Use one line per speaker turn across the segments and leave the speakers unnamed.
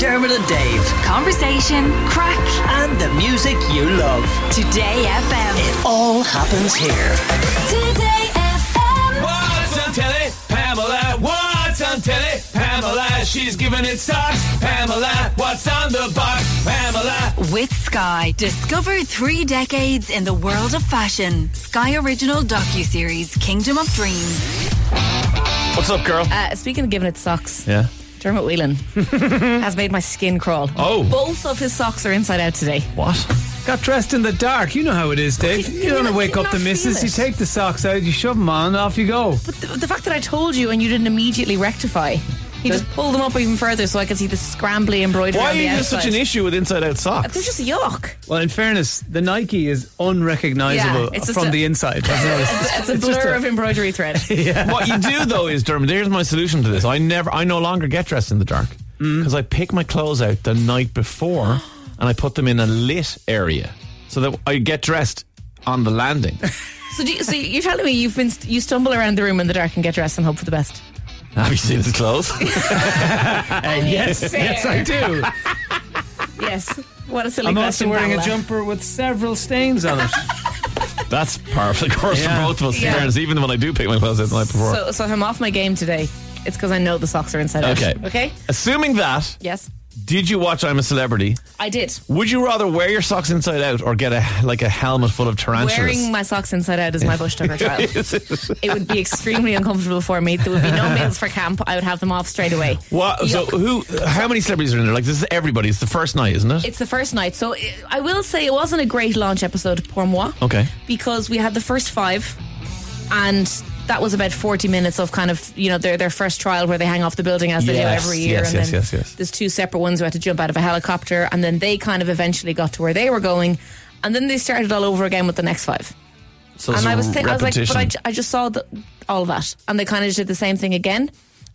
Dermot and Dave,
Conversation, crack,
and the music you love.
Today FM.
It all happens here.
Today FM.
What's on telly? Pamela. What's on telly? Pamela. She's giving it socks. Pamela. What's on the box? Pamela.
With Sky, discover three decades in the world of fashion. Sky original docu-series Kingdom of Dreams.
What's up, girl?
Uh, speaking of giving it socks,
Yeah.
Dermot Whelan has made my skin crawl.
Oh.
Both of his socks are inside out today.
What?
Got dressed in the dark. You know how it is, Dave. You don't want to
not-
wake
you
up the
not
missus.
feel
You
it.
take the socks out, you shove them on, and off you go.
But the, the fact that I told you and you didn't immediately rectify, he just pulled them up even further so I could see the scrambly embroidery
Why
on
is
the
there
outside.
such an issue with inside out
They're
socks?
just yuck.
Well, in fairness, the Nike is unrecognizable
Yeah, it's just
from
a-
the inside. I've noticed.
It's a
It's just
blur
a-
of embroidery thread.
what you do though is, Dermot. Here's my solution to this. I never, I no longer get dressed in the dark
Mm.
because I pick my clothes out the night before and I put them in a lit area so that I get dressed on the landing.
So, do you, so you're telling me you've been st- you stumble around the room in the dark and get dressed and hope for the best?
Have you seen his clothes?
yes,
fair.
yes, I do.
Yes. What a silly
I'm also
question.
wearing a
Pamela.
jumper with several stains on it.
That's par for the course
Yeah.
for both of us. in
Yeah.
fairness, even when I do pick my clothes out the night before.
So, so I'm off my game today. It's because I know the socks are inside
Okay.
out. Okay.
Assuming that,
Yes.
did you watch I'm a Celebrity?
I did.
Would you rather wear your socks inside out or get a like a helmet full of tarantulas?
Wearing my socks inside out is my bush tucker trial. it would be extremely uncomfortable for me. There would be no meals for camp. I would have them off straight away.
what? So
Yuck.
who? How many celebrities are in there? Like this is everybody. It's the first night, isn't it?
It's the first night, so i I will say it wasn't a great launch episode pour moi.
Okay.
because we had the first five, and that was about forty minutes of kind of you know their their first trial where they hang off the building as they do
Yes,
every year.
yes,
and
yes,
then
yes, yes.
There's two separate ones who had to jump out of a helicopter, and then they kind of eventually got to where they were going, and then they started all over again with the next five.
So
and
it's a
I was, thi- I was like,
repetition.
but I, ju- I just saw the, all of that, and they kind of did the same thing again.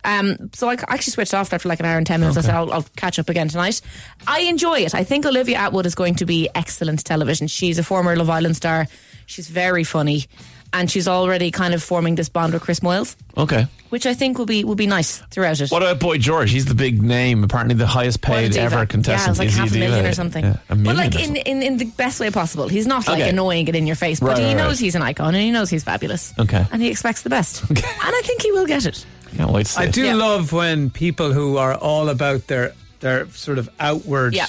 Um, so I c- actually switched off after like an hour and ten minutes. I said, I'll, I'll catch up again tonight. I enjoy it. I think Olivia Atwood is going to be excellent television. She's a former Love Island star. She's very funny, and she's already kind of forming this bond with Chris Moyles,
okay.
which I think will be will be nice throughout it.
What about Boy George? He's the big name. Apparently, the highest
What a
paid
diva.
ever contestant.
Yeah, it was like
Is he
half a
diva?
million or something.
Yeah, a million
but like
or
in,
something.
in in the best way possible. He's not like
Okay.
annoying and in your face, but
Right,
he
right, right.
knows he's an icon and he knows he's fabulous.
Okay.
and he expects the best, and I think he will get it.
Can't wait to see
I
it.
do
Yeah.
love when people who are all about their their sort of outward
Yeah.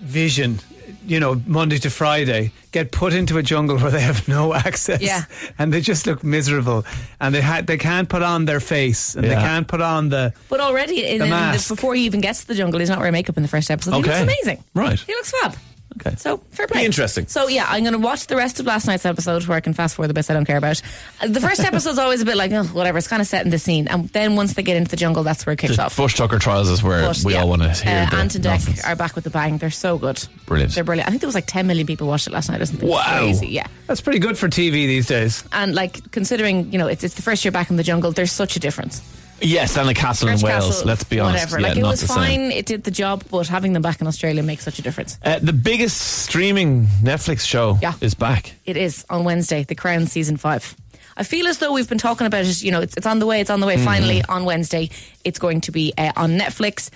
vision, you know, Monday to Friday, get put into a jungle where they have no access,
Yeah.
and they just look miserable, and they ha- they can't put on their face, and they
Yeah.
can't put on the.
But already, in,
The
in the,
mask.
before he even gets to the jungle, he's not wearing makeup in the first episode.
Okay.
He looks amazing.
Right.
He looks fab.
Okay.
So fair play.
interesting.
So yeah, I'm going to watch the rest of last night's episode where I can fast forward the bits I don't care about. Uh, The first episode's always a bit like oh, whatever. It's kind of set in the scene, and then once they get into the jungle, that's where it kicks
The
off.
Bush Tucker trials is where
But,
we
yeah.
all want to hear
Uh,
the
Ant and Dec
nonsense.
are back with the bang. They're so good.
Brilliant.
They're brilliant. I think there was like 10 million people watched it last night or something. It was
Wow.
Crazy. Yeah.
That's pretty good for TV these days.
And like considering, you know, it's, it's the first year back in the jungle, there's such a difference.
Yes, and the castle in
Birch
Wales.
Castle,
let's be honest.
Whatever.
Yeah,
like it
not
was
the
fine.
same.
It did the job, but having them back in Australia makes such a difference.
Uh, the biggest streaming Netflix show
Yeah.
is back.
It is on Wednesday, The Crown season five. I feel as though we've been talking about it. You know, it's, it's on the way. It's on the way. Finally, on Wednesday, it's going to be uh, on Netflix.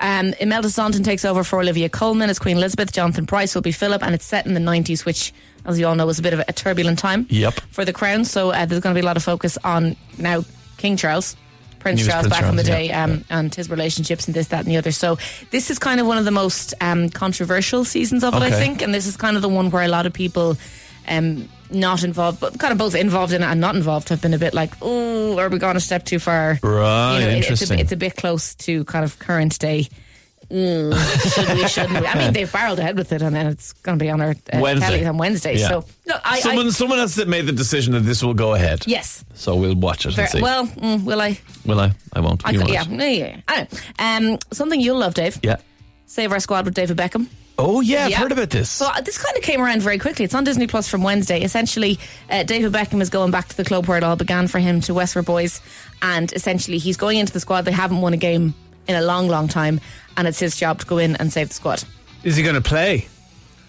Um, Imelda Staunton takes over for Olivia Colman as Queen Elizabeth. Jonathan Price will be Philip, and it's set in the '90s, which, as you all know, was a bit of a turbulent time.
Yep.
For the Crown, so uh, there's going to be a lot of focus on now King Charles. Prince
He was
Charles
Prince
back in the
Charles,
day
yeah,
um, and his relationships and this, that, and the other. So, this is kind of one of the most um, controversial seasons of it, I
Okay.
think. And this is kind of the one where a lot of people um, not involved, but kind of both involved in it and not involved have been a bit like, oh, are we going a step too far?
Right,
it- It's a,
interesting.
bit- it's a bit close to kind of current day. Mm, should we? Shouldn't we? I mean, they've barreled ahead with it, and then it's going to be on our uh,
Wednesday.
telly on Wednesday.
Yeah.
So, no, I, I-
someone, someone else that made the decision that this will go ahead.
yes,
So we'll watch it and see.
well, mm, will I?
will I? I won't.
I
you
could,
won't.
yeah, yeah, yeah. I don't know. Um, something you'll love, Dave.
Yeah.
Save Our Squad with David Beckham.
Oh yeah, I've
Yeah.
heard about this.
So uh, this kind of came around very quickly. It's on Disney Plus from Wednesday. Essentially, uh, David Beckham is going back to the club where it all began for him, to Westford Boys, and essentially he's going into the squad. They haven't won a game in a long, long time, and it's his job to go in and save the squad.
Is he going to play?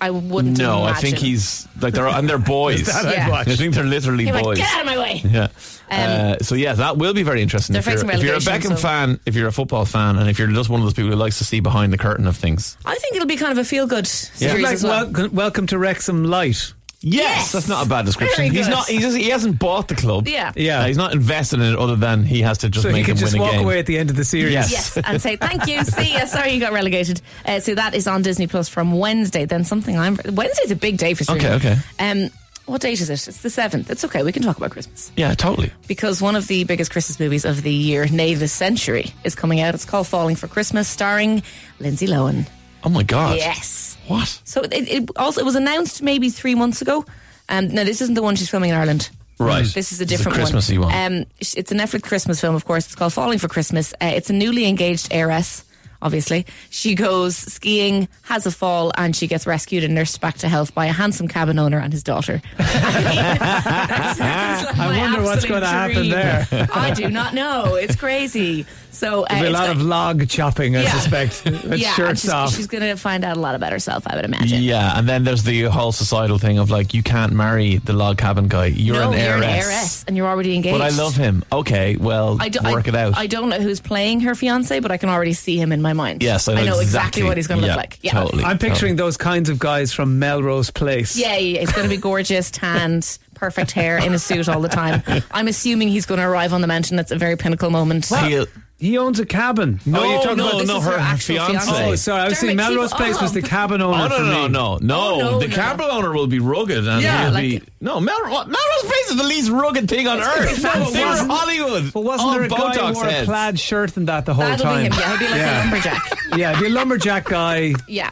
I wouldn't.
No, I
imagine.
think he's like they're and they're boys.
That
Yeah.
I'd watch.
I think they're literally
He'd be like,
boys.
Get out of my way.
Yeah. uh, so yeah, that will be very interesting.
They're
If you're,
facing
if you're a
relegation,
Beckham
so-
fan, if you're a football fan, and if you're just one of those people who likes to see behind the curtain of things,
I think it'll be kind of a feel good series
Like,
as well.
welcome, welcome to Wrexham Light.
yes,
Yes!
that's not a bad description.
Very
He's
good.
not. He's just, he hasn't bought the club.
Yeah.
Yeah.
Uh, he's not invested in it other than he has to just
So
make
he can
him
just
win a
walk
game.
away at the end of the series.
Yes.
Yes, and say thank you. See ya. Sorry you got relegated. Uh, so that is on Disney Plus from Wednesday. Then something I'm Wednesday's a big day for streaming.
Okay, okay.
Um, what date is it? It's the seventh. It's okay. We can talk about Christmas
Yeah, totally.
because one of the biggest Christmas movies of the year, nay the century, is coming out. It's called Falling for Christmas, starring Lindsay Lohan.
Oh my god.
Yes. Mm,
What?
So it, it also it was announced maybe three months ago. Um, no, this isn't the one she's filming in Ireland.
Right.
This is
It's
a
a
different
Christmassy one.
Um, sh- it's a Netflix Christmas film, of course. It's called Falling for Christmas. Uh, it's a newly engaged heiress. Obviously, she goes skiing, has a fall, and she gets rescued and nursed back to health by a handsome cabin owner and his daughter. I
I wonder what's
going
gonna happen there.
I do not know. It's crazy. So uh,
There'll be
it's
a lot
got-
of log chopping, I
Yeah.
suspect. With
yeah, and
shirts
she's,
off.
she's going to find out a lot about herself, I would imagine.
Yeah, and then there's the whole societal thing of like you can't marry the log cabin guy. You're,
no,
an, heiress.
you're an heiress, and you're already engaged.
But I love him. Okay, well,
I do,
work
I,
it out.
I don't know who's playing her fiance, but I can already see him in my mind.
yes, I know,
exactly, what he's going to
Yeah,
look like. Yeah.
totally.
I'm picturing
totally.
those kinds of guys from Melrose Place.
Yeah, yeah, yeah. it's going to be gorgeous, tanned, perfect hair, in a suit all the time. I'm assuming he's going to arrive on the mountain. That's a very pinnacle moment.
He'll-
He owns a cabin.
No,
oh, you're talking
no,
about
this
no,
is
her,
her actual
fiance.
fiancé.
Oh, sorry. I was
Dermot,
saying Melrose
keep
Place was
up.
the cabin owner.
Oh no
for
no
me.
no no
Oh,
no!
no,
The
no,
cabin owner will be rugged, and
Yeah,
he'll be
like-
no Melrose. what? Melrose Place is the least rugged thing on earth.
fancy.
They were
Wasn't-
Hollywood.
But wasn't
all
there a guy who
Oh, Botox
wore a
heads.
plaid shirt and that the whole
That'll
time?
be him. Yeah, he'll be like
Yeah.
a lumberjack.
Yeah, the lumberjack guy.
Yeah.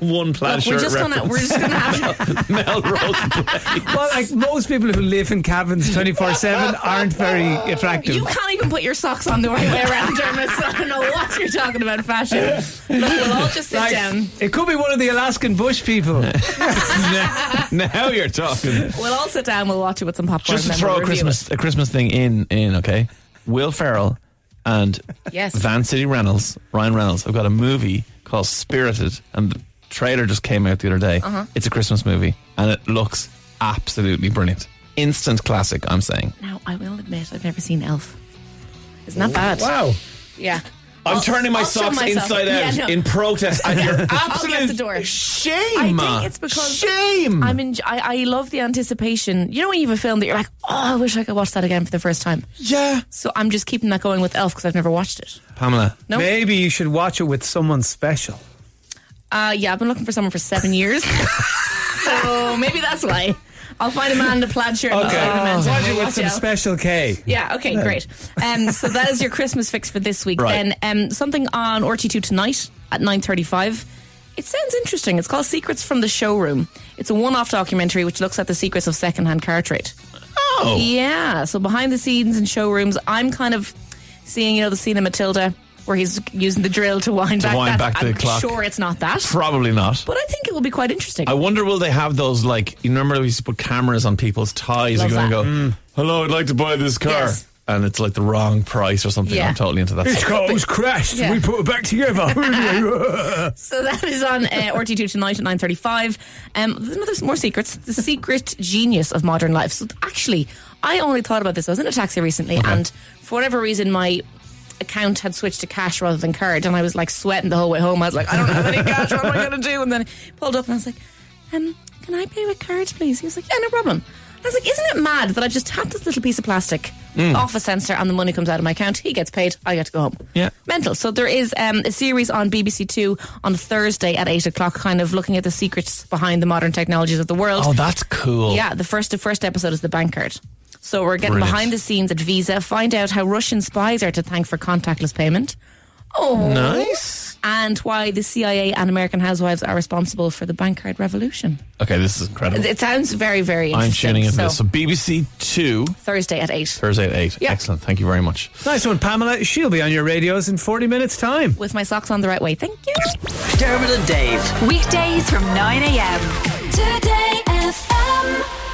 One plaid
Look,
shirt.
we're just gonna we're just gonna have
reference. Melrose Place.
Well, like most people who live in cabins 24 7 aren't very attractive.
you can't even put your socks on the right way around, Dermot. So I don't know what you're talking about fashion. Look, we'll all just sit
Like,
down.
It could be one of the Alaskan bush people.
now you're talking.
We'll all sit down. We'll watch it with some popcorn.
Just
and
to
then
throw
we'll
a
review it.
Christmas a Christmas thing in in okay. Will Ferrell and
Yes.
Van City Reynolds, Ryan Reynolds. I've got a movie called Spirited, and the trailer just came out the other day.
Uh-huh.
It's a Christmas movie, and it looks absolutely brilliant. Instant classic, I'm saying.
Now, I will admit, I've never seen Elf. Isn't that bad?
Wow.
Yeah.
I'm
I'll-
turning my
I'll show
socks
myself.
inside out
Yeah, no.
in protest at your
I'll get the door.
absolute shame.
I think it's because
shame.
I'm in, I, I love the anticipation. You know when you have a film that you're like, oh, I wish I could watch that again for the first time.
yeah,
So I'm just keeping that going with Elf because I've never watched it.
Pamela.
No.
Maybe you should watch it with someone special.
Uh, yeah, I've been looking for someone for seven years, so maybe that's why. I'll find a man in a plaid shirt. and I'll slide him
watch it
in.
with
Watch
some
Elf.
special K.
Yeah, okay, great. Um, so that is your Christmas fix for this week.
Right.
Then um, something on RT2 tonight at 9.35. It sounds interesting. It's called Secrets from the Showroom. It's a one-off documentary which looks at the secrets of secondhand car trade.
Oh,
Yeah, so behind the scenes and showrooms, I'm kind of seeing, you know, the scene in Matilda where he's using the drill to wind back.
wind
That's-
back the
I'm
clock.
sure it's not that.
probably not.
But I think it will be quite interesting.
I wonder will they have those like you remember we used to put cameras on people's ties
Love
and
that. Mm.
go, Hello, I'd like to buy this car
Yes.
and it's like the wrong price or something.
Yeah.
I'm totally into that. stuff.
car was crashed.
Yeah. We
put it back together.
So that is on uh, RT2 tonight at 9.35. Um, there's another some more secrets. The secret genius of modern life. So actually, I only thought about this. I was in a taxi recently and for whatever reason, my account had switched to cash rather than card. And I was like sweating the whole way home. I was like, I don't have any cash. What am I going to do? And then he pulled up and I was like, um, can I pay with card, please? He was like, yeah, no problem. I was like, isn't it mad that I just tap this little piece of plastic off a sensor and the money comes out of my account? He gets paid. I get to go home
Yeah.
mental. So there is um, a series on BBC Two on Thursday at eight o'clock, kind of looking at the secrets behind the modern technologies of the world.
Oh, that's cool.
Yeah, the first the first episode is the bank card. So we're getting
Brilliant.
behind the scenes at Visa, find out how Russian spies are to thank for contactless payment. Oh,
Nice.
And why the CIA and American Housewives are responsible for the bank card revolution.
Okay, this is incredible.
It sounds very, very
I'm
interesting.
tuning into
so
this. So BBC Two
Thursday at eight
Thursday at eight.
Yeah.
Excellent. Thank you very much.
nice one, Pamela. She'll be on your radios in 40 minutes' time.
with my socks on the right way. Thank you.
Dermot and Dave.
Weekdays from 9 a.m.
Today FM.